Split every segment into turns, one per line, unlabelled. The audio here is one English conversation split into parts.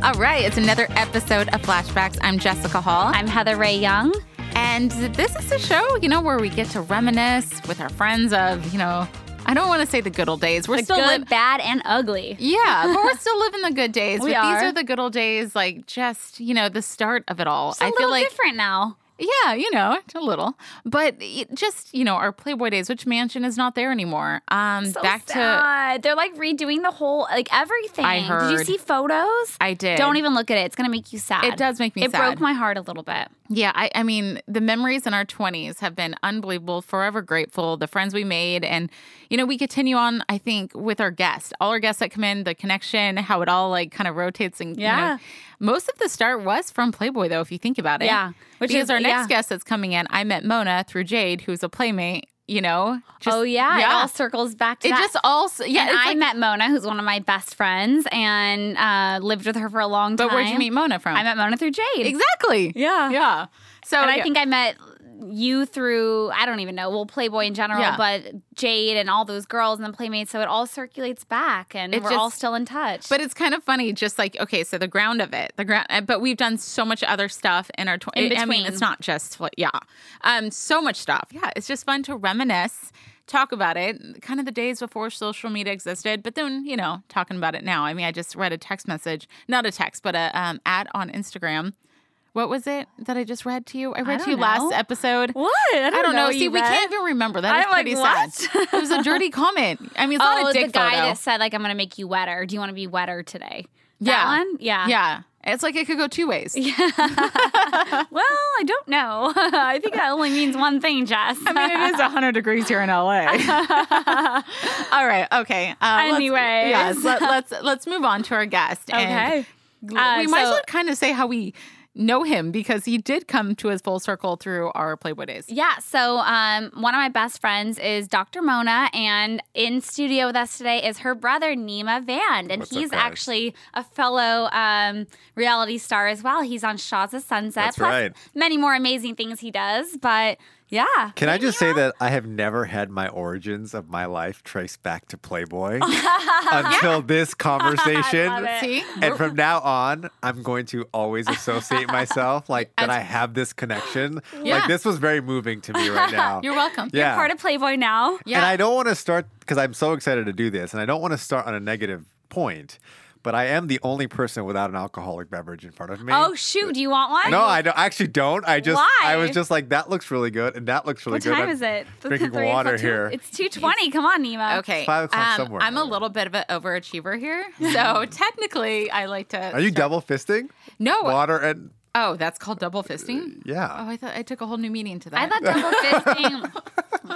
All right, it's another episode of Flashbacks. I'm Jessica Hall.
I'm Heather Ray Young.
And this is a show, you know, where we get to reminisce with our friends of, you know, I don't want to say the good old days. We're
The
still
good,
li-
bad, and ugly.
yeah, but we're still living the good days.
We
but these
are.
are the good old days, like just you know the start of it all.
It's a
I feel
little
like
different now.
yeah, you know, a little, but it- just you know our Playboy days, which mansion is not there anymore. Um,
So
back to
sad. they're like redoing the whole like everything.
I
Did
heard.
you see photos?
I did.
Don't even look at it. It's gonna make you sad.
It does make me
It
sad.
broke my heart a little bit.
Yeah, I, I mean, the memories in our 20s have been unbelievable, forever grateful, the friends we made. And, you know, we continue on, I think, with our guests, all our guests that come in, the connection, how it all like kind of rotates. And, you know,
Yeah.
most of the start was from Playboy, though, if you think about it.
Yeah,
Which
which
because
is-
our next
yeah.
guest that's coming in, I met Mona through Jade, who's a playmate, you know? Just-
oh yeah, it
yeah.
all circles back to
It
that.
just all, s- yeah.
and
it's
I
like-
met Mona, who's one of my best friends, and uh, lived with her for a long
but
time.
where'd you meet Mona from?
I met Mona through Jade.
Exactly.
Yeah.
Yeah. So
And
Oh, yeah.
I think I met you through I don't even know, well, Playboy in general,
Yeah.
but Jade and all those girls and the Playmates. So it all circulates back, and
It
we're all
just-
still in touch.
But it's kind of funny, just like okay, so the ground of it, the ground. uh, But we've done so much other stuff in our. Tw-
In
I mean,
between.
it's not just like, yeah, um, so much stuff. Yeah, it's just fun to reminisce, talk about it, kind of the days before social media existed. But then you know, talking about it now. I mean, I just read a text message, not a text, but a um, ad on Instagram. What was it that I just read to you? I read to
don't
you last
know.
episode.
what?
I don't, know. See, we can't even remember. That
I'm
is
like,
pretty sad.
what?
it was a dirty comment. I mean, it's
oh,
not a dick
the guy
photo.
that said like I'm gonna make you wetter. Do you want to be wetter today?
Yeah.
That one? Yeah.
yeah, it's like it could go two ways.
Well, I don't know. I think that only means one thing, Jess.
I mean, it is 100 degrees here in LA. All right. Okay. Uh,
Anyways.
Let's, yes. Let, us let's move on to our guest. And
okay.
we
Uh,
might as
so-
well kind of say how we know him because he did come to his full circle through our Playboy days.
Yeah. So um, one of my best friends is Dr. Mona, and in studio with us today is her brother Nima Vand, and
What's up,
he's
guys?
actually a fellow um, reality star as well. He's on Shaw's of Sunset.
That's right.
Many more amazing things he does, but yeah.
Can I just say that I have never had my origins of my life traced back to Playboy until this conversation.
love it.
See?
And from now on, I'm going to always associate myself like that I have this connection.
Yeah.
Like this was very moving to me right now.
You're welcome.
yeah.
Part of Playboy now.
Yeah.
And I don't want to start because I'm so excited to do this, and I don't want to start on a negative point. But I am the only person without an alcoholic beverage in front of me.
Oh shoot! Do you want one?
No, I don't, I actually don't. I just
Why?
I was just like that looks really good and that looks really
What
good.
time
I'm
is it? Th-
Drinking
three o'clock,
water
two-
here.
It's two twenty. Come on, Nima.
Okay. Um,
five o'clock somewhere,
I'm a
Heather.
little bit of an overachiever here. So technically, I like to.
Are you double fisting?
No.
Water Uh, and
Oh, that's called double fisting?
yeah.
Oh, I thought I took a whole new meaning to that.
I thought double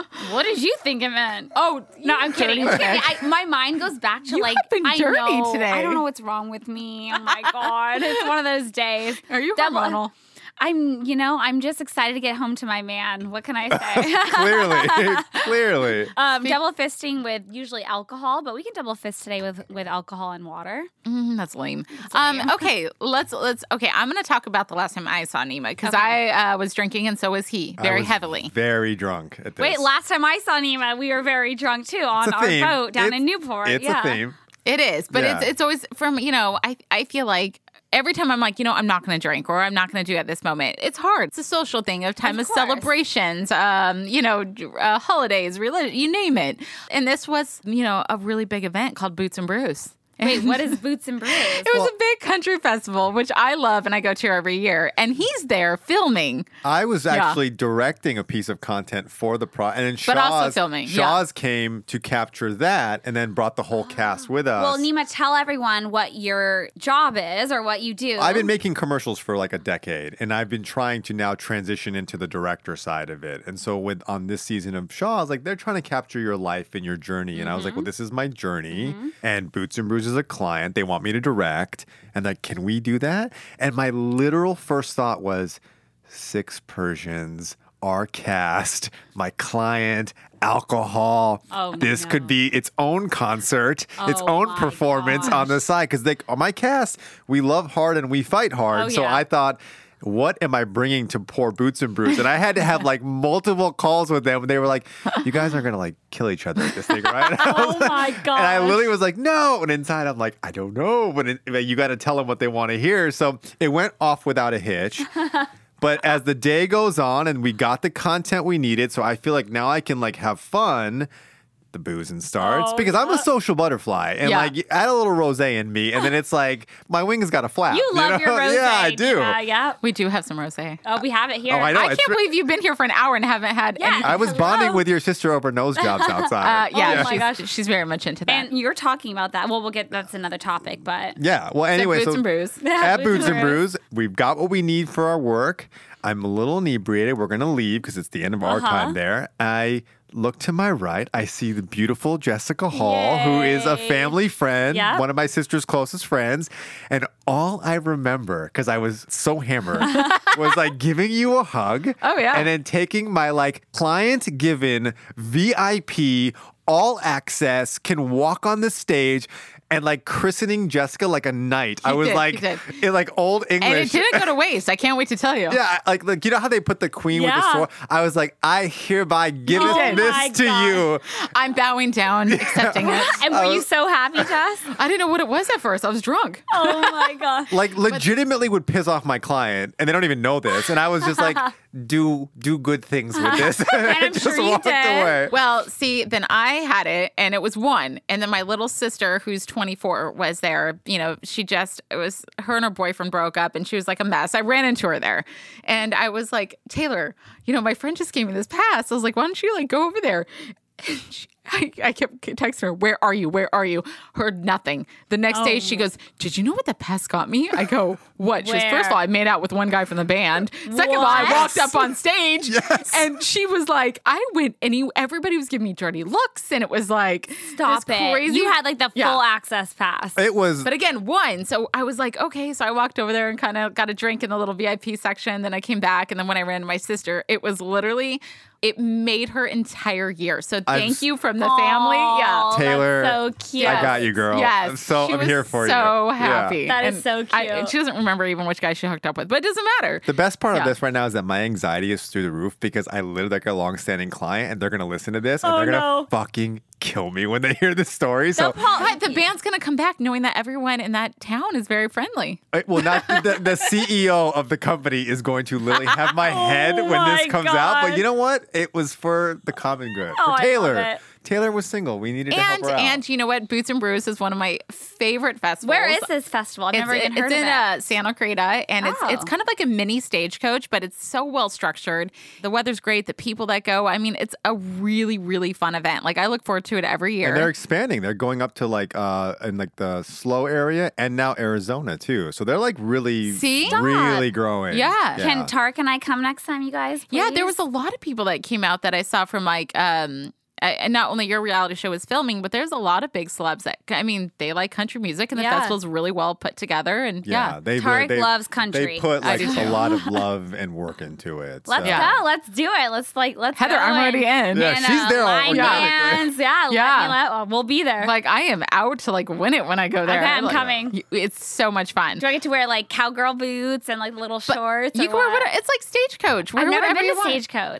fisting. what did you think it meant?
Oh,
No, I'm kidding. I'm kidding. I, my mind goes back to
You
like
have been
I
dirty
know,
today.
I don't know what's wrong with me. Oh my god, it's one of those days.
Are you
Double-
hormonal?
I'm, you know, I'm just excited to get home to my man. What can I say?
clearly, clearly.
um, double fisting with usually alcohol, but we can double fist today with with alcohol and water.
Mm, that's lame. Um, okay, let's let's. Okay, I'm gonna talk about the last time I saw Nima because
Okay.
I uh, was drinking and so was he,
I
very
was
heavily.
Very drunk at this.
Wait, last time I saw Nima, we were very drunk too on
It's a
our
theme.
boat down
It's-
in Newport.
It's
yeah.
a theme.
It is, but it's
Yeah.
it's always from you know. I I feel like every time I'm like you know I'm not gonna drink or I'm not gonna do at this moment. It's hard. It's a social thing of time of,
Of course.
celebrations, um, you know, d- uh, holidays, religion, you name it. And this was you know a really big event called Boots and Brews.
Wait, what is Boots and Brews?
It was a big country festival, which I love and I go to every year. And he's there filming.
I was actually directing a piece of content for the pro, and then Shaw's,
But also filming, yeah.
Shaw's came to capture that, and then brought the whole cast with
Ah.
us.
Well, Nima, tell everyone what your job is or what you do.
I've been making commercials for like a decade, and I've been trying to now transition into the director side of it. And so, with on this season of Shaw's, like they're trying to capture your life and your journey. And I was like,
Mm-hmm.
well, this is my journey. And Boots and Brews is a client; they want me to direct, and like, can we do that? And my literal first thought was, six Persians. Our cast, my client, alcohol.
Oh,
this could
no.
be its own concert, its
Oh,
own
my
performance on the side because they on my cast we love hard and we fight hard
Oh,
so
yeah.
i thought what am I bringing to poor Boots and Bruce? And I had to have like multiple calls with them. They were like, you guys aren't going to like kill each other at this thing, right? And I was
Oh
like-
my
And I
gosh.
literally was like, no. And inside, I'm like, I don't know. But, it, but you got to tell them what they want to hear. So it went off without a hitch. But as the day goes on and we got the content we needed, so I feel like now I can like have fun. The booze and starts
Oh,
because I'm a social butterfly and
Yeah.
like add a little rose in me, and then it's like my wings got a flap.
You love
know?
your rose.
Yeah, I do.
Yeah, yeah.
We do have some rosé.
Oh, we have it here.
Oh, I know.
I
it's
can't
re-
believe you've been here for an hour and haven't had
Yeah.
any.
I was
Hello.
bonding with your sister over nose jobs outside.
Uh, yeah,
Oh my
she's,
gosh.
she's very much into that.
And you're talking about that. Well, we'll get that's another topic, but
yeah. Well, anyway,
boots
so
and brews.
at Boots and Brews. We've got what we need for our work. I'm a little inebriated. We're going to leave because it's the end of our time there. I look to my right. I see the beautiful Jessica Hall, who is a
Yay.
family friend,
Yep.
one of my sister's closest friends. And all I remember, because I was so hammered, was like giving you a hug.
Oh, yeah.
And then taking my like client given VIP all access can walk on the stage and like christening Jessica like a knight. I was
did, you
like
did.
in like old
And
English.
it didn't go to waste. I can't wait to tell you.
yeah, I- like like you know how they put the queen with the
Yeah.
sword. I was like, I hereby give
You did.
this
My
to you.
I'm bowing down, accepting it.
And were you so happy, Jess?
I didn't know what it was at first. I was drunk.
oh my god.
Like legitimately would piss off my client, and they don't even know this. And I was just like, do do good things with this. and I
I'm
just
sure you
walked
did.
away.
Well, see, then I had it and it was one. And then my little sister, who's 24, was there. You know, she just, it was her and her boyfriend broke up and she was like a mess. I ran into her there and I was like, Taylor, you know, my friend just gave me this pass. I was like, why don't you like go over there? And she, I, I kept texting her, Where are you? Where are you? Heard nothing. The next day she goes, Did you know what the pass got me? I go, What? She goes, First of
Where?
all, I made out with one guy from the band. Second of all, I
What?
walked up on stage and she was like, I went and he, everybody was giving me dirty looks and it was like,
Stop
this
it.
Crazy.
You had like the full
Yeah.
access pass.
It was
But again, one. So I was like, okay. So I walked over there and kind of got a drink in the little VIP section. Then I came back. And then when I ran to my sister, it was literally, it made her entire year. So thank
s-
you from the family. Yeah.
Aw,
Taylor,
That's so cute.
I got you, girl.
Yes.
So
She
I'm
was
here for you.
So
Yeah.
happy.
That is
And
so
I- and
cute.
she doesn't remember even which guy she hooked up with, but it doesn't matter.
The best part
Yeah.
of this right now is that my anxiety is through the roof because I lived like a long-standing client, and they're gonna listen to this and
Oh,
they're gonna
no.
fucking kill me when they hear this story. So,
Paul-
But the band's gonna come back knowing that everyone in that town is very friendly.
I- Uh, well, not the, the CEO of the company is going to literally have my head when
Oh my
this comes out. But
God.
you know what? It was for the common good.
Oh, I
for
love
Taylor,
it.
Taylor was single. We needed to help
And
her out.
and you know what? Boots and Brews is one of my favorite festivals.
Where is this festival? I've
It's,
never even
it's
heard
in
of it.
Uh, Santa Clarita, and
Oh.
it's it's kind of like a mini stagecoach, but it's so well structured. The weather's great. The people that go, I mean, it's a really really fun event. Like I look forward to it every year.
And they're expanding. They're going up to like uh in like the slow area and now Arizona too. So they're like really
See? Stop.
really growing.
Yeah.
Can Tark and I come next time, you guys?
Yeah, there was
please?
a lot of people that came out that I saw from like um I- and not only your reality show was filming, but there's a lot of big celebs that I mean, they like country music and the
Yeah.
festival's really well put together and yeah.
Yeah, they
Tarek
they-
loves country.
They put
I
like
do
a
too.
lot of love and work into it.
Let's
so.
go. Let's do it. Let's like let's.
Heather,
go
I'm already
and-
in.
Yeah,
and,
she's
uh,
there
line
organically.
dance. Yeah,
Yeah.
Let me let- well, we'll be there.
Like I am out to like win it when I go there.
Okay, I'm
Like,
coming.
y- It's so much fun.
do I get to wear like cowgirl boots and like little shorts?
You
or
can wear whatever. It's like stagecoach. Wear
I've never
whatever
been
you
to
want.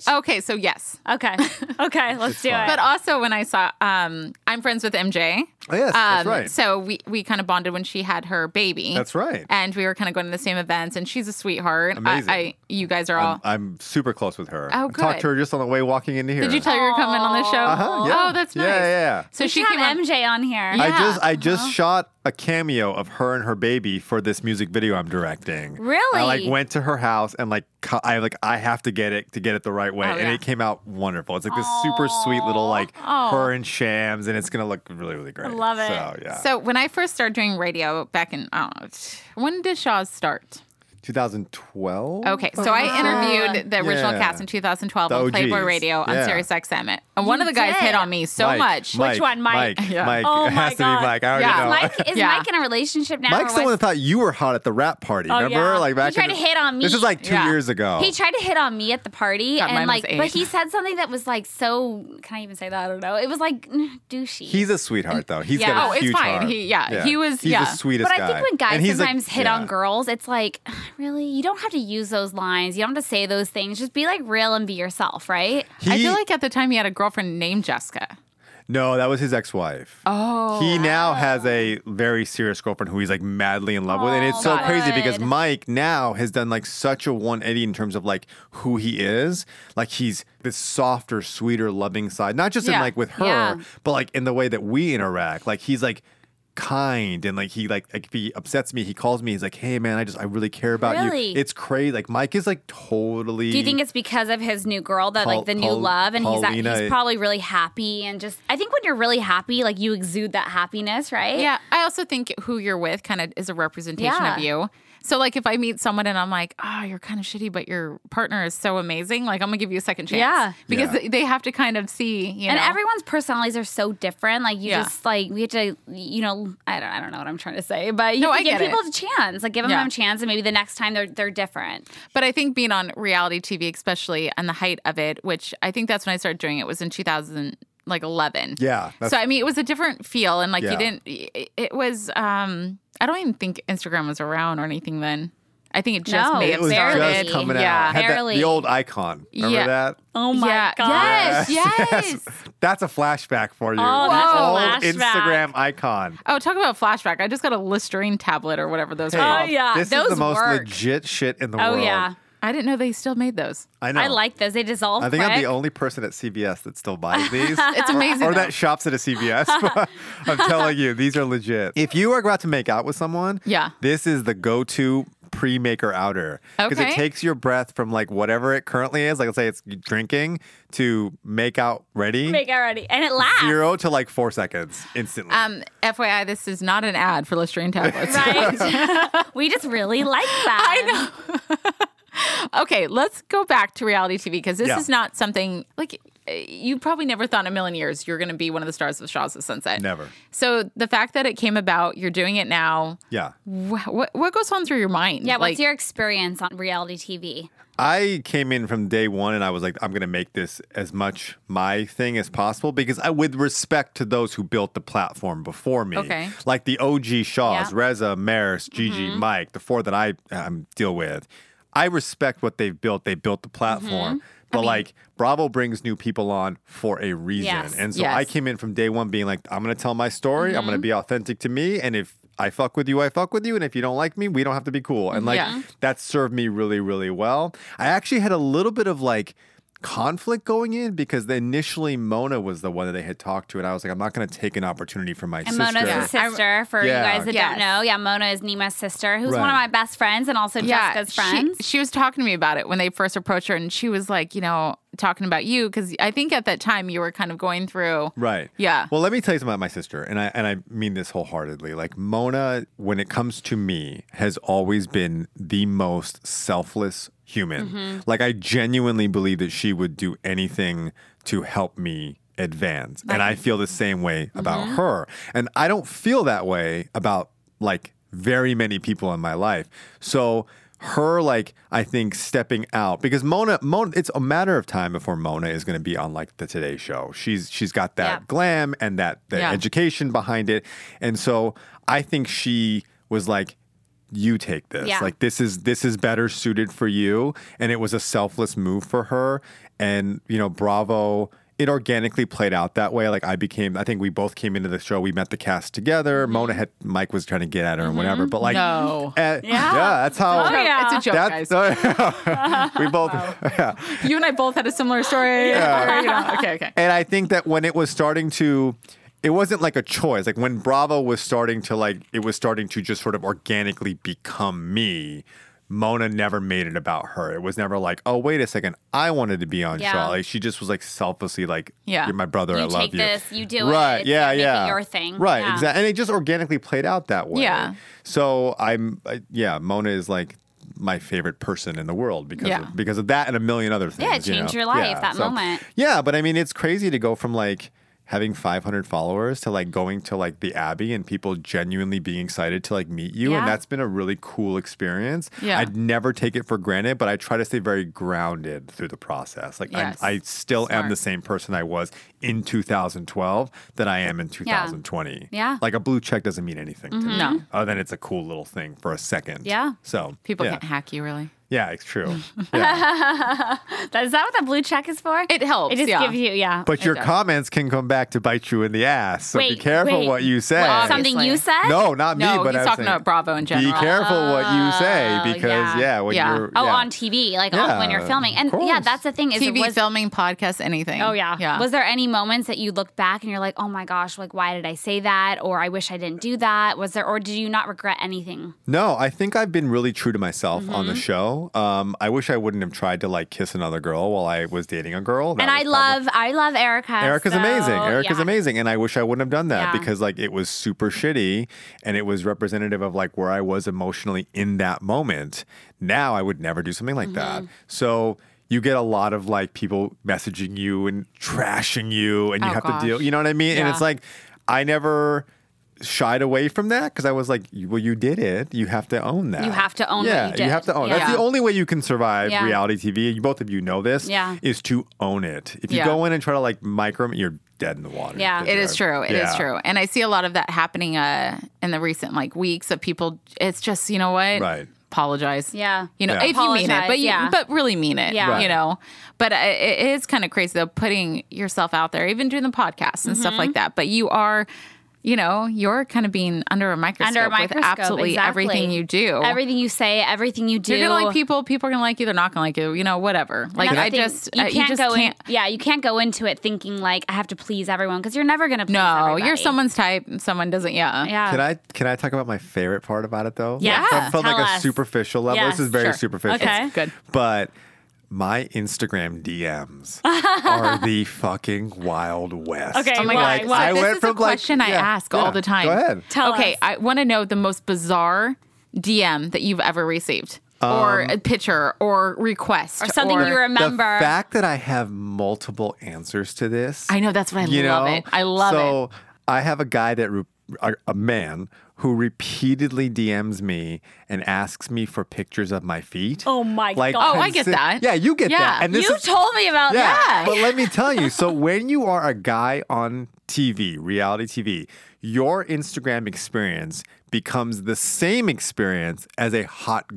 stagecoach.
Okay, so yes.
Okay, okay, let's do
fine.
it.
But also when I saw, um, I'm friends with MJ.
Oh, yes, that's right.
So we we kind of bonded when she had her baby.
That's right.
And we were kind of going to the same events, and she's a sweetheart. I-
Amazing.
I, you guys are all.
I'm, I'm super close with her.
Oh,
I talked
good.
to her just on the way walking in here.
Did you tell her you were coming on the show?
Uh-huh, yeah.
Oh, that's
Yeah,
nice.
yeah, yeah.
So
we
she
should
came
have
on.
MJ on here.
I
Yeah. uh-huh.
just I just shot a cameo of her and her baby for this music video I'm directing.
Really?
I like went to her house and like cu- I like I have to get it to get it the right way,
Oh,
and
yeah.
it came out wonderful. It's like this super sweet little like
Aw. Oh.
her and Shams, and it's gonna look really really great.
love it.
So yeah,
So when I first started doing radio back in, oh, when did Shaw's start?
2012.
Okay, so I interviewed the original
Yeah.
cast in 2012
The
on Playboy
OGs.
Radio on
Yeah.
Sirius XM, and one of the
You
guys
did.
hit on me so
Mike,
much.
Mike,
one? Mike?
Mike.
Yeah.
Mike.
Oh
it
my
has to
God.
be Mike. I already
Yeah.
know.
Mike is
Yeah.
Mike in a relationship now? or
Mike's the one that
what's-
thought you were hot at the rap party. remember?
Oh, yeah.
Like
He
back
tried
in
to
the-
hit on
This
me.
is like two
Yeah.
years ago.
He tried to hit on me at the party,
God,
and
mine was
like, but
eight.
he said something that was like so. Can I even say that? I don't know. It was like mm, douchey.
He's a sweetheart, though. He's
Yeah.
got a
Oh, it's
huge
fine.
heart.
He- yeah, he was-
He's
yeah.
the sweetest
but I
guy.
think when guys
And he's like-
sometimes hit
yeah.
on girls, it's like really, you don't have to use those lines. You don't have to say those things. Just be like real and be yourself, right?
I
He-
feel like at the time he had a girlfriend named Jessica.
No, that was his ex-wife.
Oh.
He now has a very serious girlfriend who he's like madly in love with. And it's so
Oh,
crazy because
good.
Mike now has done like such a 180 in terms of like who he is. Like he's this softer, sweeter, loving side, not just in
Yeah.
like with her,
Yeah.
but like in the way that we interact. Like he's like kind and like he like like, if he upsets me he calls me he's like hey man i just i really care about
Really?
you it's crazy like mike is like totally
Do you think it's because of his new girl that
Paul-
like the new
Paul-
love and he's
Paulina-
at, he's probably really happy and just I think when you're really happy like you exude that happiness, right?
Yeah, I also think who you're with kind of is a representation
Yeah.
of you. So like if I meet someone and I'm like, "Oh, you're kind of shitty, but your partner is so amazing," like I'm going to give you a second chance.
Yeah.
Because
Yeah.
they- they have to kind of see, you
And
know.
everyone's personalities are so different. Like you
Yeah.
just like we have to, you know, I don't, I don't know what I'm trying to say, but you
No,
have to
I
give
get
people
it.
a chance, like give them
Yeah.
a chance, and maybe the next time they're they're different.
But I think being on reality TV, especially on the height of it, which I think that's when I started doing it, was in 2000, like 11.
Yeah, that's-
So I mean, it was a different feel, and like
Yeah.
you didn't. It, it was. um I don't even think Instagram was around or anything then. I think it just
No,
may
it
have
was
started.
just coming
yeah.
out Had that-
Barely.
the old icon remember
Yeah.
that
Oh
yeah. Yes. Yes.
That's a flashback for you.
Oh,
that's
a
Old
flashback.
Instagram icon.
Oh, talk about flashback. I just got a Listerine tablet or whatever those
Hey,
are.
Oh, yeah.
This is
Those
the most
work.
legit shit in the
Oh
world.
yeah.
I didn't know they still made those.
I know.
I like those. They dissolve.
I think I'm
quick.
the only person at CVS that still buys these.
It's amazing.
or
though.
that shops at a CVS. I'm telling you, these are legit. If you are about to make out with someone,
Yeah.
this is the go-to pre-maker outer because it
Okay.
takes your breath from like whatever it currently is, like let's say it's drinking, to make out ready.
Make already, and it lasts.
Zero to like four seconds instantly.
um, FYI, this is not an ad for Listerine tablets.
Right? we just really like that. I know.
Okay, let's go back to reality TV because this
Yeah.
is not something like uh, you probably never thought in a million years you're going to be one of the stars of Shaws of Sunset.
Never.
So the fact that it came about, you're doing it now.
yeah.
Wh- what what goes on through your mind?
Yeah,
Like,
what's your experience on reality TV?
I came in from day one and I was like, I'm gonna make this as much my thing as possible because I with respect to those who built the platform before me.
Okay.
Like the OG Shaws,
Yeah.
Reza, Maris, Gigi, Mike, the four that I um, deal with. I respect what they've built. They built the platform. But like Bravo brings new people on for a reason.
Yes.
And so I
Yes.
came in from day one being like, I'm gonna tell my story, I'm
Mm-hmm.
gonna be authentic to me, and if I fuck with you, I fuck with you. And if you don't like me, we don't have to be cool. And like
Yeah.
that served me really, really well. I actually had a little bit of like conflict going in because they- initially Mona was the one that they had talked to, and I was like, I'm not going to take an opportunity from my
And
sister.
Mona's the
Yeah. I-
sister for
Yeah.
you guys that
Yes.
don't know. Yeah, Mona is Nima's sister, who's one
Right.
of my best friends and also Jessica's
she-
friends.
She, was talking to me about it when they first approached her, and she was like, you know, talking about you because I think at that time you were kind of going through.
Right.
Yeah.
Well, let me tell you something about my sister, and I and I mean this wholeheartedly. Like Mona, when it comes to me, has always been the most selfless human. Like I genuinely believe that she would do anything to help me advance, and I feel the same way about her. And I don't feel that way about like very many people in my life. So her like I think stepping out because Mona Mona it's a matter of time before Mona is going to be on like the Today show. She's she's got that
Yeah.
glam and that the
Yeah.
education behind it. And so I think she was like you take this.
Yeah.
Like this is this is better suited for you and it was a selfless move for her and you know Bravo it organically played out that way. Like I became, I think we both came into the show. We met the cast together. Mona had Mike was trying to get at her and whatever. But like,
No.
eh, yeah. that's how.
Oh, yeah.
It's a joke,
That's
guys.
we both. Yeah.
you and I both had a similar story. Yeah. okay, okay.
And I think that when it was starting to, it wasn't like a choice. Like when Bravo was starting to like, it was starting to just sort of organically become me. Mona never made it about her. It was never like, oh wait a second, I wanted to be on
Yeah.
Shaw. Like she just was like selflessly like,
Yeah.
you're my brother. I
You
love
take this, you do it,
right?
it's
Yeah,
like making
yeah.
your thing.
Right.
Yeah.
Exactly. And it just organically played out that way.
Yeah.
So I'm, uh, yeah. Mona is like my favorite person in the world because
Yeah.
of, because of that and a million other things.
Yeah, it
you know?
changed your life,
Yeah,
that moment.
Yeah, but I mean, it's crazy to go from like having 500 followers to like going to like the Abbey and people genuinely being excited to like meet you.
Yeah.
And that's been a really cool experience.
Yeah.
I'd never take it for granted, but I try to stay very grounded through the process. Like
Yes.
I'm, I still am
Smart.
the same person I was in 2012 that I am in 2020.
Yeah.
Like a blue check doesn't mean anything to me.
Mm-hmm. No.
Other than it's a cool little thing for a second.
Yeah.
So
People
yeah.
can't hack you, really.
Yeah, it's true. Yeah.
That- Is that what the blue check is for?
It helps.
It just
yeah.
gives you, yeah.
But your
does.
comments can come back to bite you in the ass. So be
Wait,
careful
wait.
what you say.
Well, obviously-
Something you said?
no, not me,
no,
but
he's
I'm
talking
saying,
about Bravo in
Be
general.
careful what you say
Oh,
because
yeah.
yeah, when
Yeah.
you're
Oh,
yeah.
on TV, like
Yeah,
oh, when you're filming, and
of
yeah,
course.
that's the thing. Is it
TV,
was
filming, podcast, anything.
Oh yeah.
yeah.
Was there any moments that you look back and you're like, oh my gosh, like why did I say that? Or I wish I didn't do that? Was there or do you not regret anything?
No, I think I've been really true to myself on
Mm-hmm.
the show. Um, I wish I wouldn't have tried to like kiss another girl while I was dating a girl. That
and I
was probably-
love I love Erica.
Erica's
so,
amazing. Erica's
yeah.
amazing. And I wish I wouldn't have done that
Yeah.
because like it was super shitty and it was representative of like where I was emotionally in that moment. Now I would never do something like that.
Mm-hmm.
So you get a lot of like people messaging you and trashing you and you
Oh,
have
gosh.
to deal, you know what I mean? And
Yeah.
it's like I never shied away from that because I was like, well, you did it. You have to own that.
You have to own what
Yeah,
you
you
did.
have to own. That's
Yeah.
the only way you can survive
Yeah.
reality TV. You both of you know this.
Yeah.
Is to own it. If you
Yeah.
go in and try to like micro, you're dead in the water.
Yeah.
Because
It
you're-
is true. It is
Yeah.
true. And I see a lot of that happening uh, in the recent like weeks of people. It's just you know what?
Right.
Apologize.
Yeah.
You know,
Yeah.
if you mean it,
Apologize,
but you,
yeah.
but really mean it.
Yeah.
You
Right.
know, but uh, it it is kind of crazy though, putting yourself out there, even doing the podcast and stuff
Mm-hmm.
like that. But you are, you know, you're kind of being under a microscope,
Under a microscope,
with absolutely
exactly.
everything you do.
Everything you say, everything you do.
you're gonna like people. People are gonna like you. They're not gonna like you. You know, whatever. Like
And
I
that's the thing,
just, uh, you just
go
can't.
In, yeah, you can't go into it thinking like I have to please everyone because you're never gonna please
no, you're
everybody.
someone's type, and someone doesn't. Yeah.
Yeah.
Can I can I talk about my favorite part about it though?
Yeah.
From, from like
Tell
a
us.
superficial level.
Yes,
This is very
sure.
superficial.
Okay.
It's good.
But my Instagram DMs are the fucking wild west.
Okay,
Oh my
Why?
god!
Why?
So
I
this
went
is
from
a
like-
question I
yeah,
ask
yeah.
all the time.
Go ahead.
Tell
okay,
us.
I want to know the most bizarre DM that you've ever received, or
Um,
a picture, or request,
or something you remember.
The fact that I have multiple answers to this.
I know that's what I love it. I love
so
it.
I have a guy that re- a, a man who repeatedly DMs me and asks me for pictures of my feet.
Oh my
like,
God.
Oh, I get
consi-
that.
Yeah, you get
Yeah.
that. And this
you
is,
told me about
yeah,
that.
but let me tell you. So when you are a guy on TV, reality TV, your Instagram experience becomes the same experience as a hot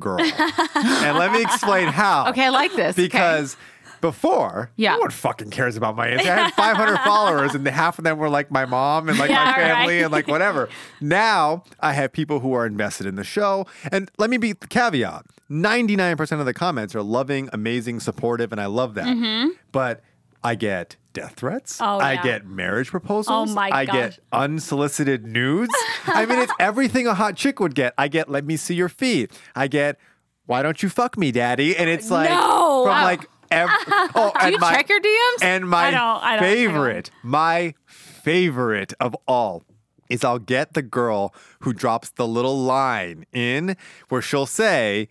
girl. and let me explain how
Okay, I like this okay.
because before,
Yeah.
no one fucking cares about my Instagram. I had 500 followers, and half of them were like my mom and like
Yeah,
my family
right.
and like whatever. Now I have people who are invested in the show, and let me be the caveat: 99% of the comments are loving, amazing, supportive, and I love that. But I get death threats.
Mm-hmm. Oh,
I
yeah.
get marriage proposals.
Oh, my
I
gosh.
get unsolicited nudes. I mean, it's everything a hot chick would get. I get, let me see your feet. I get, why don't you fuck me, daddy? And it's like,
No.
from
Wow.
like, ev- oh,
do
and
you
my,
check your DMs?
And my
I don't- I don't- I don't.
favorite, my favorite of all is I'll get the girl who drops the little line in where she'll say,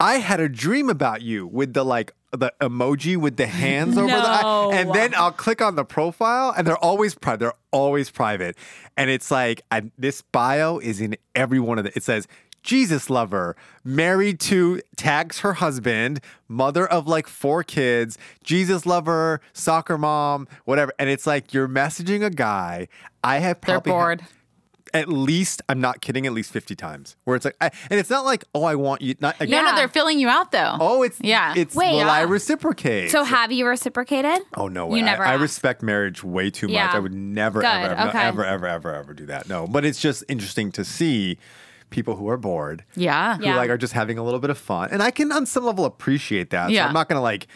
I had a dream about you with the like, the emoji with the hands over the eye. And
No.
then I'll click on the profile and they're always private. They're always private. And it's like I, this bio is in every one of the it says Jesus lover, married to tags her husband, mother of like four kids, Jesus lover, soccer mom, whatever. And it's like you're messaging a guy. I have
they're
probably
bored.
at least I'm not kidding at least 50 times where it's like I, and it's not like oh I want you not like,
No, no,
Yeah.
they're filling you out though.
oh it's
Yeah.
it's
Wait,
will I
yeah.
reciprocate
So have you reciprocated?
Oh no
You
way! I-
never
I,
asked.
respect marriage way too
Yeah.
much. I would never,
Good,
ever, ever,
okay.
ever, ever, ever, ever do that. No, but it's just interesting to see people who are bored,
yeah.
Yeah.
who like are just having a little bit of fun, and I can on some level appreciate that.
Yeah.
So I'm not gonna like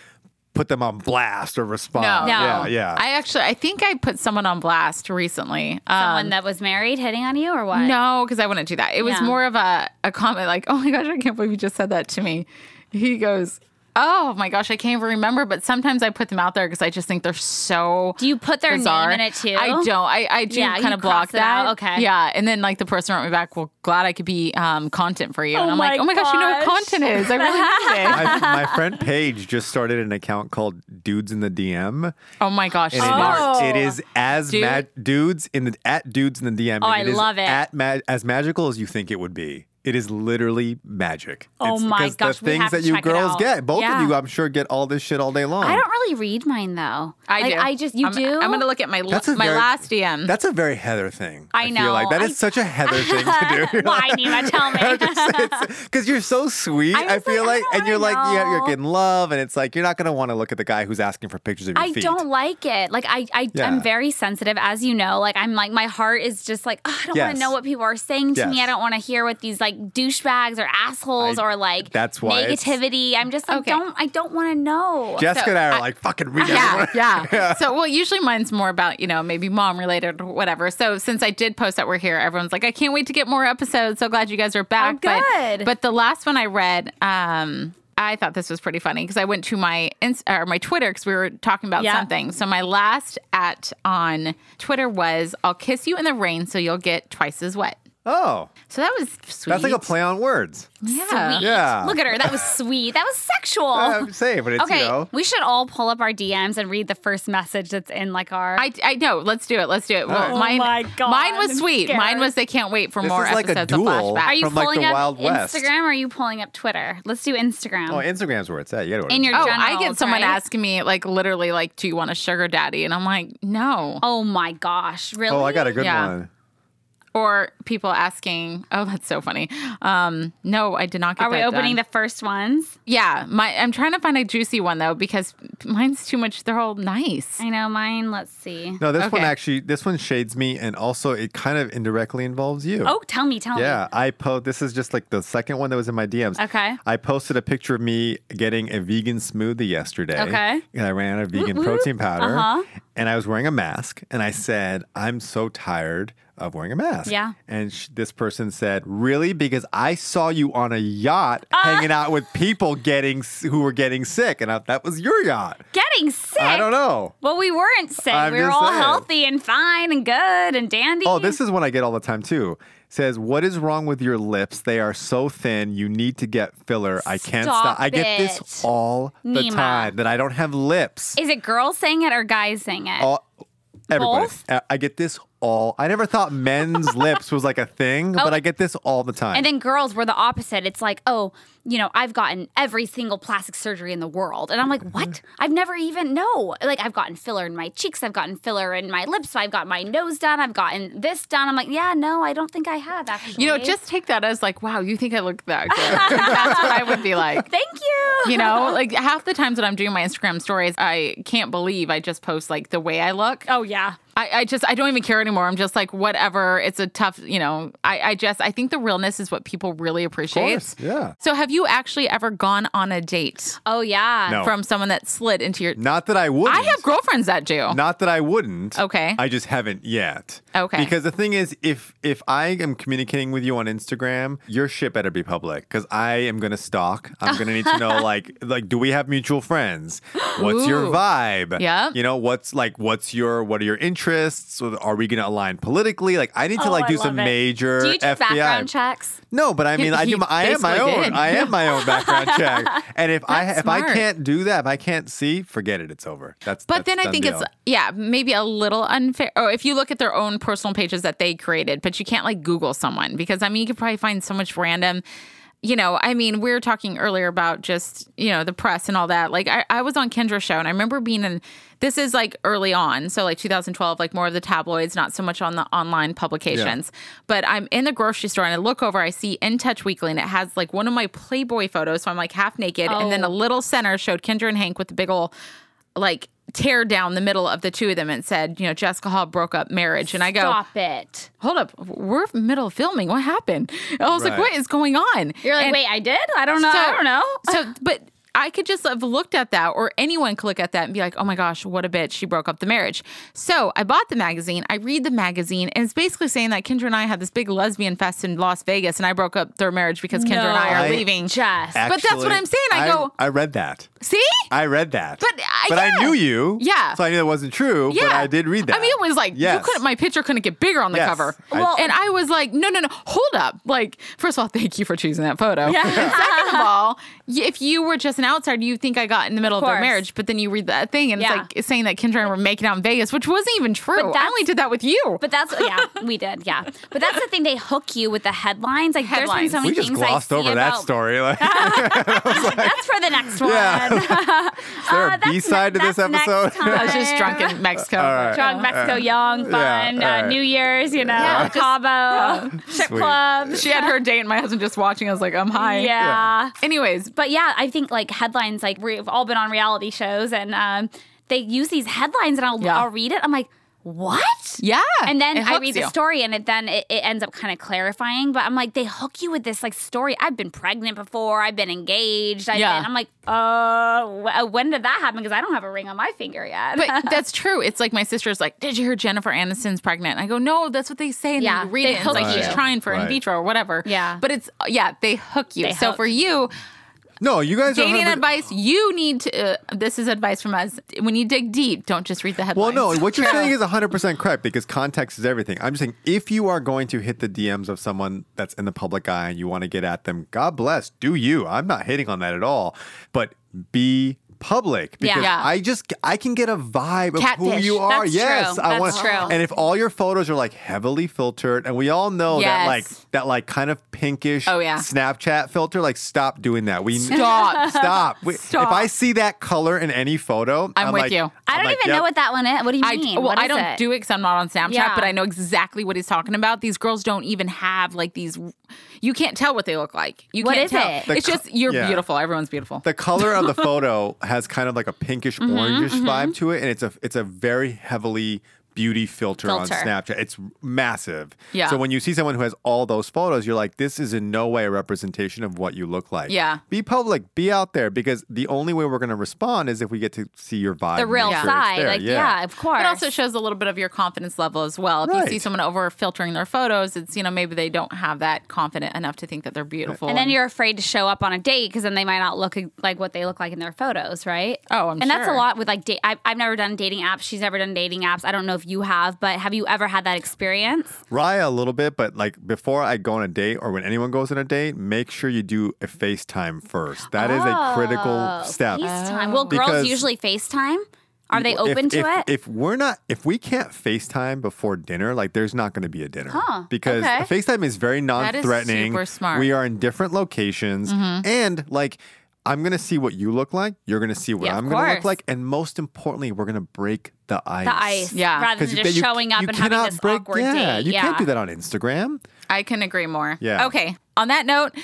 put them on blast or respond.
No. No.
Yeah, yeah.
I actually, I think I put someone on blast recently. Um,
Someone that was married hitting on you or what?
No, because I wouldn't do that. It was
Yeah.
more of a, a comment like, oh my gosh, I can't believe you just said that to me. He goes, Oh my gosh, I can't even remember, but sometimes I put them out there because I just think they're so
Do you put their
bizarre.
name in it too?
I don't. I, I do
Yeah,
kind
you
of block
cross it out.
that.
Okay.
Yeah. And then like the person wrote me back, well, glad I could be um, content for you. and
Oh
I'm like,
my
oh my gosh, you know what
gosh.
content is. I really need it.
my, my friend Paige just started an account called Dudes in the DM,
Oh my gosh.
and
smart.
Oh.
it, is, it is as
Dude.
mad dudes in the at dudes in the DM.
Oh,
and
I
is
love it.
At ma- as magical as you think it would be. It is literally magic.
Oh my
'cause
gosh,
the
we
things
have
that
to
you
check it
girls
out.
get, both
Yeah.
of you, I'm sure, get all this shit all day long.
I don't really read mine though.
I
Like,
do.
I just you
I'm,
do.
I'm gonna look at my
That's a
my
very-
last DM.
That's a very Heather thing.
I
feel like
know.
that is
I-
such a Heather thing to do.
Why, Nima? Tell me.
Because you're so sweet,
I
I,
was
feel
like, I
like,
don't
and you're like,
wanna
yeah,
know.
you're getting love, and it's like you're not gonna want to look at the guy who's asking for pictures of your
I
feet.
don't like it. Like I, I
Yeah.
I'm very sensitive, as you know. Like I'm like my heart is just like "Ugh, I don't want
Yes.
to know what people are saying to me.
Yes.
I don't want to hear what these like douchebags or assholes
I-
or like
that's why it's-
negativity. I'm just like
Okay.
don't I don't want to know.
Jessica
So,
and I are
I-
like fucking read
yeah,
everyone.
yeah, So, well, usually mine's more about, you know, maybe mom related or whatever. So, since I did post that we're here, everyone's like, I can't wait to get more episodes. So glad you guys are back.
good.
But, but the last one I read, um, I thought this was pretty funny because I went to my Inst- or my Twitter because we were talking about
Yeah.
something. So my last at on Twitter was, "I'll kiss you in the rain so you'll get twice as wet."
Oh,
So that was sweet.
that's like a play on words.
Yeah.
Sweet.
Yeah.
Look at her. That was sweet. That was sexual.
I'm saying, but it's
Oh. okay.
you know,
We should all pull up our DMs and read the first message that's in like our.
I, I know. Let's do it. Let's do it. Well,
right. Oh
mine,
my God,
Mine was
I'm
sweet.
scared.
Mine was they can't wait for
This
more
is like a
episodes
duel.
of flashback.
are you
from, like,
pulling
the
up
Wild West.
Instagram or are you pulling up Twitter? Let's do Instagram.
oh, Instagram's where it's at. You gotta
In your
Oh, I
generals,
get someone
right?
asking me like literally like, "Do you want a sugar daddy?" And I'm like, "No."
Oh my gosh! Really?
oh, I got a good
Yeah.
one.
Or people asking, "Oh, that's so funny." Um, no, I did not get.
Are we
that
opening
done.
the first ones?
Yeah, my I'm trying to find a juicy one though because mine's too much. They're all nice.
I know mine. Let's see.
No, this one
Okay.
actually, this one shades me, and also it kind of indirectly involves you.
Oh, tell me, tell
Yeah, I post. This is just like the second one that was in my DMs.
Okay.
I posted a picture of me getting a vegan smoothie yesterday.
Okay.
And I ran out of
Woot
vegan
woot.
protein powder.
Uh-huh.
And I was wearing a mask. And I said, I'm so tired of wearing a mask.
Yeah.
And sh- this person said, Really? Because I saw you on a yacht
Ah.
hanging out with people getting s- who were getting sick. And I, that was your yacht.
me. Getting sick.
I don't know.
Well, we weren't sick.
I'm
we were
just
all
saying.
healthy and fine and good and dandy.
Oh, this is one I get all the time too. Says, what is wrong with your lips? They are so thin. You need to get filler. I can't
Stop
stop. I get
it.
this all the
Nima.
time that I don't have lips.
Is it girls saying it or guys saying it?
all, everybody. Uh,
Both?
I- I get this all. I never thought men's lips was like a thing, but I get this all the
Oh.
time.
And then girls were the opposite. It's like, oh, you know, I've gotten every single plastic surgery in the world. And I'm like, what?
Mm-hmm.
I've never even, no. Like, I've gotten filler in my cheeks. I've gotten filler in my lips. I've got my nose done. I've gotten this done. I'm like, yeah, no, I don't think I have actually.
You know, just take that as like, "Wow, you think I look that good?" that's what I would be like.
Thank you.
You know, like half the times that I'm doing my Instagram stories, I can't believe I just post like the way I look.
Oh, yeah.
I, I just I don't even care anymore. I'm just like whatever. It's a tough, you know. I, I just I think the realness is what people really
Of
appreciate.
course, yeah.
So have you actually ever gone on a date
Oh, yeah.
No.
from someone that slid into your?
Not that I wouldn't.
I have girlfriends that do.
Not that I wouldn't.
Okay.
I just haven't yet.
Okay.
Because the thing is, if if I am communicating with you on Instagram, your shit better be public because I am gonna stalk. I'm gonna need to know like like do we have mutual friends? What's your
Ooh.
vibe?
Yep.
You know what's like what's your what are your interests? So Are we gonna align politically? Like I need to
Oh,
like
I
do some
love it.
major
Do you do
FBI.
background checks?
No, but I mean, I
He
do. My, I am my
basically
own.
did.
I am my own background check. And if I
That's
if I
smart.
can't do that, if I can't see, forget it. It's over. That's.
But
that's
then I
done
think it's
deal.
yeah maybe a little unfair. Or if you look at their own personal pages that they created, but you can't like Google someone because I mean you could probably find so much random. You know, I mean, we were talking earlier about just you know the press and all that. Like I, I was on Kendra's show and I remember being in. This is like early on, so like 2012, like more of the tabloids, not so much on the online publications. But I'm in the grocery store and I look over, I see In Touch Weekly and it has like one of my Playboy photos, so I'm like half naked, and then
Oh.
a little center showed Kendra and Hank with the big ol' like tear down the middle of the two of them and said, you know, Jessica Hall broke up marriage. And I go,
Stop it.
hold up, we're middle of filming. What happened? I was like,
Right.
what is going on?
You're like,
And
wait, I did? I don't know. I don't know.
So, but I could just have looked at that, or anyone could look at that and be like, oh my gosh, what a bitch. She broke up the marriage. So I bought the magazine. I read the magazine, and it's basically saying that Kendra and I had this big lesbian fest in Las Vegas, and I broke up their marriage because Kendra and I are
I-
leaving. But
Just.
that's what
Actually,
I'm saying. I go-
I read that.
See?
I read that.
But I-
But
yeah.
I knew you.
Yeah.
So I knew that wasn't true,
Yeah.
but I did read that.
I mean, it was like you
Yes.
couldn't. My picture couldn't get bigger on the
Yes.
cover.
I-
Well-
and I was like, no, no, no, hold up. Like, first of all, thank you for choosing that photo. Yeah. second of all, y- if you were just an outsider, you think I got in the middle of, their
course.
marriage, but then you read that thing and
Yeah.
it's like it's saying that Kendra and I were making out in Vegas, which wasn't even true. I
that's-
only did that with you.
But that's yeah, we did yeah. But that's the thing they hook you with the headlines. Like there's been
Headlines.
so many
we just
things
glossed
I see
over that
about,
story. Like,
That's for the next one.
Yeah. is there
Uh,
a
that's
B side to
ne-
this
that's next
episode?
time.
I was just drunk in Mexico.
Drunk Mexico, young, fun,
all
uh,
right.
New Year's, you know, Cabo, strip
Sweet.
club.
She had her date and my husband just watching. I was like, I'm high.
yeah.
Anyways,
But yeah, I think like headlines, like we've all been on reality shows and um, they use these headlines and I'll,
Yeah.
I'll read it. I'm like, what?
yeah.
And then
it
I
hooks
read
you.
the story and it then it, it ends up kind of clarifying. But I'm like, they hook you with this like story. I've been pregnant before. I've been engaged. I've
Yeah.
been, I'm like, uh, wh- uh, when did that happen? Because I don't have a ring on my finger yet.
But that's true. It's like my sister's like, Did you hear Jennifer Aniston's pregnant? And I go, No, that's what they say. And
Yeah,
then you read
they
it. And it's
hook
like she's
you.
trying for in
Right.
vitro or whatever.
Yeah.
But it's, uh, yeah, they hook you.
They
so
hook.
for you,
No, you guys are
dating
100%
advice, you need to, uh, this is advice from us. When you dig deep, don't just read the
Well,
headlines.
no, what you're saying is 100% correct because context is everything. I'm just saying if you are going to hit the DMs of someone that's in the public eye and you want to get at them, God bless, do you. I'm not hitting on that at all. But be public because
Yeah.
I just I can get a vibe of who
Catfish.
you are.
That's
yes,
true.
I
That's
want
true.
And if all your photos are like heavily filtered and we all know
Yes.
that like that like kind of pinkish
Oh, yeah.
Snapchat filter like stop doing that. We
Stop.
Stop. We-
Stop.
If I see that color in any photo, I'm,
with
like-
you.
I
I'm
don't
like,
even know
yep.
what that one is. What do you
I,
mean?
well,
What
I
is
don't
it?
do it because I'm not on Snapchat,
Yeah.
but I know exactly what he's talking about. These girls don't even have like these. You can't tell what they look like. You
What
can't
is
tell.
it?
The
It's
co-
just you're
yeah.
beautiful. Everyone's beautiful.
the color of the photo has kind of like a pinkish
Mm-hmm,
orangish vibe to it, and it's a it's a very heavily beauty filter,
Filter.
on Snapchat. It's massive.
Yeah.
So when you see someone who has all those photos, you're like, this is in no way a representation of what you look like.
Yeah.
Be public, be out there, because the only way we're gonna respond is if we get to see your vibe.
the
and
real
make sure it's
side.
there.
Like, yeah. of course.
But also shows a little bit of your confidence level as well. If you
Right.
see someone over filtering their photos, it's you know maybe they don't have that confident enough to think that they're beautiful.
Um,
and then you're afraid to show up on a date because then they might not look like what they look like in their photos, right?
Oh, I'm
and that's a
sure.
lot with like date. I've, I've never done dating apps. She's never done dating apps. I don't know if you have, but have you ever had that experience?
Raya a little bit, but like before I go on a date or when anyone goes on a date, make sure you do a FaceTime first. That is a critical
Oh,
step.
FaceTime. Will girls
Because-
usually FaceTime? Are they
Well, if-
open to
if,
it?
If we're not, if we can't FaceTime before dinner, like there's not going to be a dinner
Huh,
because
okay.
FaceTime is very
is
non-threatening.
super smart.
We are in different locations,
Mm-hmm.
and like I'm going to see what you look like. You're going to see what
Yeah, of
I'm going to
course.
look like, and most importantly, we're going to break the ice.
the ice,
Yeah.
rather than just
you-
showing up
you
and having
cannot
this
break-
awkward
yeah,
date.
You
yeah,
can't do that on Instagram.
I can agree more.
Yeah.
Okay. On that note,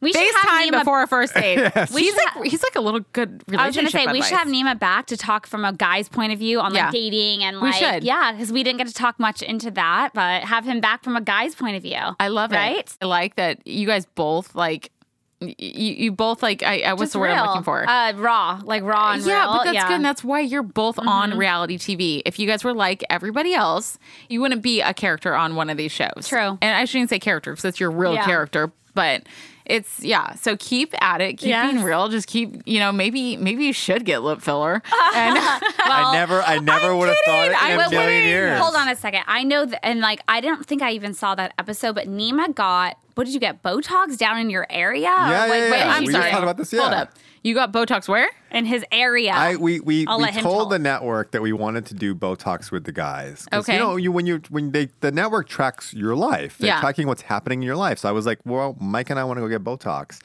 We should have
FaceTime
Nima-
before our first date.
We
he's
should
like he's like a little good relationship.
I was gonna say we should have
advice.
Nima back to talk from a guy's point of view on
Yeah.
like dating and
We
like
should.
yeah, because we didn't get to talk much into that, but have him back from a guy's point of view.
I love it.
right?
I like that you guys both like you, you both like I, I what's
Just
the word I'm
real.
looking for?
Uh, raw, like raw and
yeah,
real. Mm-hmm.
but that's good. And that's why you're both on reality TV. If you guys were like everybody else, you wouldn't be a character on one of these shows.
True.
And I shouldn't say character because it's your real
Yeah.
character, but it's yeah. So keep at it. Keep being
Yes.
real. Just keep. You know, maybe maybe you should get lip filler. And
I never, I never would have thought it in
I'm
a
kidding.
million years.
Hold on a second. I know, that, and like, I don't think I even saw that episode, but Nima got what did you get? Botox down in your area?
Yeah,
Or,
yeah,
like,
yeah.
what did
I'm
you
we
sorry.
just talked about this. Yeah.
Hold up. You got Botox where?
do In his area.
I we we,
I'll
we
let him tell.
told the network that we wanted to do Botox with the guys. 'Cause,
Okay.
You know, you when you when they the network tracks your life. They're
Yeah.
tracking what's happening in your life. So I was like, well, Mike and I want to go get Botox,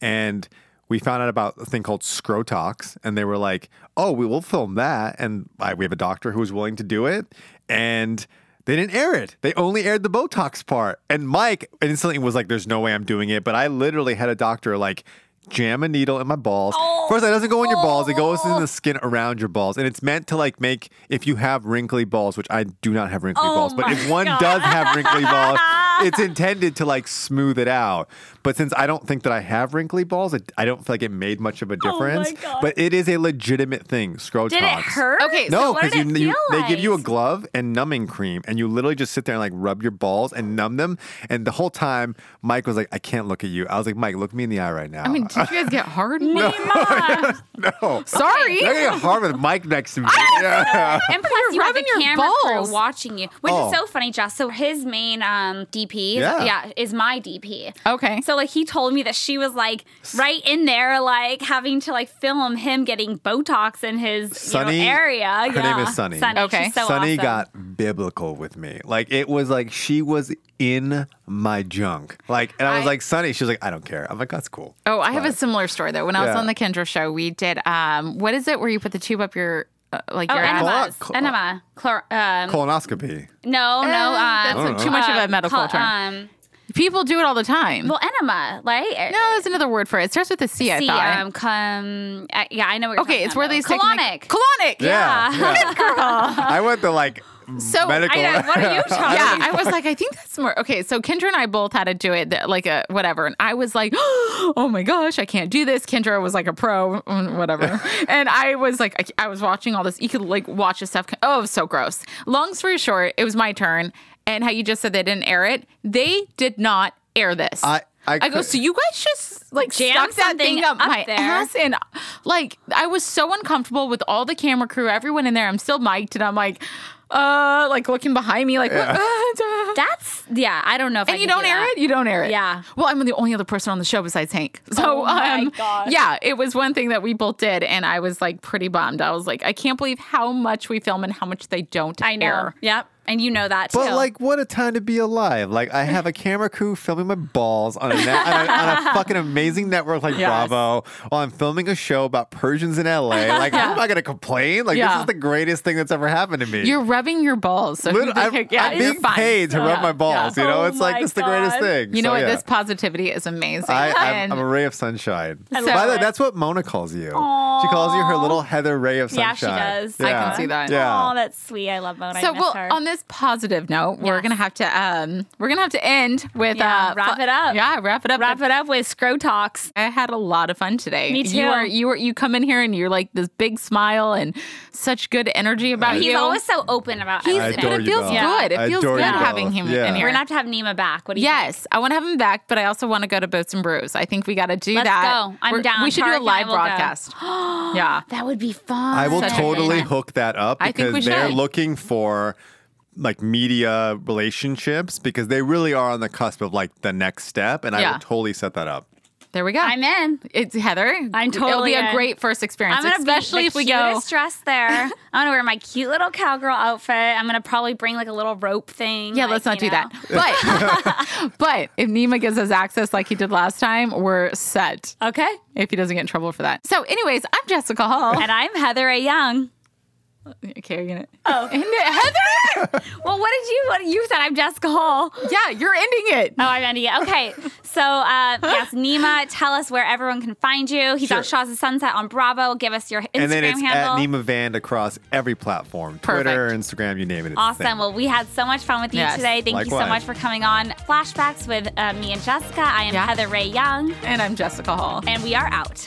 and we found out about a thing called Scrotox, and they were like, oh, we will film that, and I, we have a doctor who was willing to do it, and. They didn't air it. They only aired the Botox part. And Mike instantly was like, There's no way I'm doing it. But I literally had a doctor like jam a needle in my balls.
Oh.
First, it doesn't go in your balls, it goes in the skin around your balls. And it's meant to like make if you have wrinkly balls, which I do not have wrinkly
Oh
balls, but
my
if one
God.
does have wrinkly balls, it's intended to like smooth it out. But since I don't think that I have wrinkly balls, it, I don't feel like it made much of a difference.
Oh God.
But it is a legitimate thing, scrotox.
Did it hurt?
Okay,
No,
what did
because you,
it
you-
feel
they give you a
like?
glove and numbing cream, and you literally just sit there and like rub your balls and numb them. And the whole time, Mike was like, "I can't look at you." I was like, "Mike, look me in the eye right now."
I mean, did you guys get hard? no.
no,
Sorry.
I get hard with Mike next to me. Yeah.
And plus, you have the
rubbing your
camera
balls.
crew watching you, which
Oh.
is so funny, Josh. So his main um, DP,
Yeah.
yeah. is my DP.
Okay.
So like he told me that she was like right in there, like having to like film him getting Botox in his you know,
Sunny-
area.
her
yeah.
name is Sunny.
Okay.
She's so
Sunny
awesome.
got biblical with me. Like it was like she was in my junk. Like and I was
I-
like Sunny. She was like I don't care. I'm like that's cool.
Oh, I have a similar story though. When I was
Yeah.
on the Kendra show, we did um, what is it where you put the tube up your uh, like
Oh,
your ass?
Col-
enemas.
col-
Enema. Chlor- um,
Colonoscopy.
no, no.
Uh,
Um,
that's too much of a
um,
medical
col-
term.
Um,
People do it all the time.
well, enema, right?
no, there's another word for it. It starts with a C. I
See,
thought.
um, come, uh, yeah, I know what you're
okay,
talking
it's where
about.
they stick
colonic.
Make, colonic.
Yeah. yeah. I went to like
So,
medical.
I know. What are you talking
yeah, I was like, I think that's more okay. So Kendra and I both had to do it, th- like a whatever, and I was like, oh my gosh, I can't do this. Kendra was like a pro, mm, whatever, and I was like, I, I was watching all this. You could like watch this stuff. Oh, it was so gross. Long story short, it was my turn, and how you just said they didn't air it, they did not air this.
I- I
go.
could-
So you guys just like
Jam
stuck that thing
something
up,
up
my
there.
ass, and like I was so uncomfortable with all the camera crew, everyone in there. I'm still mic'd, and I'm like, uh, like looking behind me, like, what- uh, duh.
That's yeah. I don't know if I
and you
could
don't
do
air
that.
it. You don't air it.
Yeah.
Well, I'm the only other person on the show besides Hank. So,
Oh my
um,
gosh.
yeah, it was one thing that we both did, and I was like pretty bummed. I was like, I can't believe how much we film and how much they don't
I know.
air.
Yep, and you know that too.
But like, what a time to be alive! Like, I have a camera crew filming my balls on a, net, on, a on a fucking amazing network like
Yes.
Bravo, while I'm filming a show about Persians in LA. Like, how am I gonna complain? Like, this
Yeah.
is the greatest thing that's ever happened to me.
You're rubbing your balls. So
Lit-
who the
I'm,
heck- yeah,
I'm
you're
being
fine.
paid to
Yeah,
rub my
yeah.
balls. You know,
Oh
it's like
my
this is the greatest
God.
thing.
You know
So,
what?
yeah.
This positivity is amazing.
I, I'm,
And-
I'm a ray of sunshine.
I
By
love
the way,
it.
that's what Mona calls you. She calls you her little Heather ray of
Yeah, she
sunshine.
does. I
can see that.
Yeah.
Oh, that's sweet. I love Mona. I
so
miss
well
her.
on this positive note we're
Yes.
gonna have to um we're gonna have to end with
Yeah,
uh
wrap
fu-
it up.
yeah wrap it up
wrap it up with Scrotox.
I had a lot of fun today.
Me too.
You are you are you come in here and you're like this big smile and such good energy about
He's
you.
always so open about
He's-
I
everything.
but
adore
it
you
feels
both.
good.
I
It feels
adore
good
you both.
having him
Yeah.
in here.
We're gonna have to have Nima back. What do you think?
Yes, I want to have him back, but I also want to go to Boats and Brews. I think we got to do
Let's
that.
go. I'm
We're-
down.
We should
Tarek
do a
and I
live
will go.
broadcast. yeah.
That would be fun.
I will
Such a good
totally
time.
hook that up
I think we
because they're
should.
looking for like media relationships because they really are on the cusp of like the next step, and I
Yeah.
will totally set that up.
There we go.
I'm in.
It's Heather.
I'm
It'll
totally
be a
in.
great first experience,
I'm gonna
especially
be the
if we go.
cutest dress there. I'm gonna wear my cute little cowgirl outfit. I'm gonna probably bring like a little rope thing.
Yeah, let's
like,
not do
you know.
that. But but if Nima gives us access like he did last time, we're set.
Okay.
If he doesn't get in trouble for that. So, anyways, I'm Jessica Hall.
And I'm Heather A. Young.
okay, you're gonna.
Oh.
End it. Heather!
Well, what did you? What you said? I'm Jessica Hall.
Yeah, you're ending it.
Oh, I'm ending it. Okay. So, uh, yes, Nima, tell us where everyone can find you. He's on
Sure.
Shaw's of Sunset on Bravo. Give us your Instagram
and then it's
handle.
at Nima Vand across every platform Twitter,
Perfect.
Instagram, you name it. It's the
awesome.
same.
Well, we had so much fun with you
Yes.
today. Thank you so
Likewise.
much for coming on Flashbacks with uh, me and Jessica. I am
Yeah.
Heather Ray Young,
And I'm Jessica Hall.
and we are out.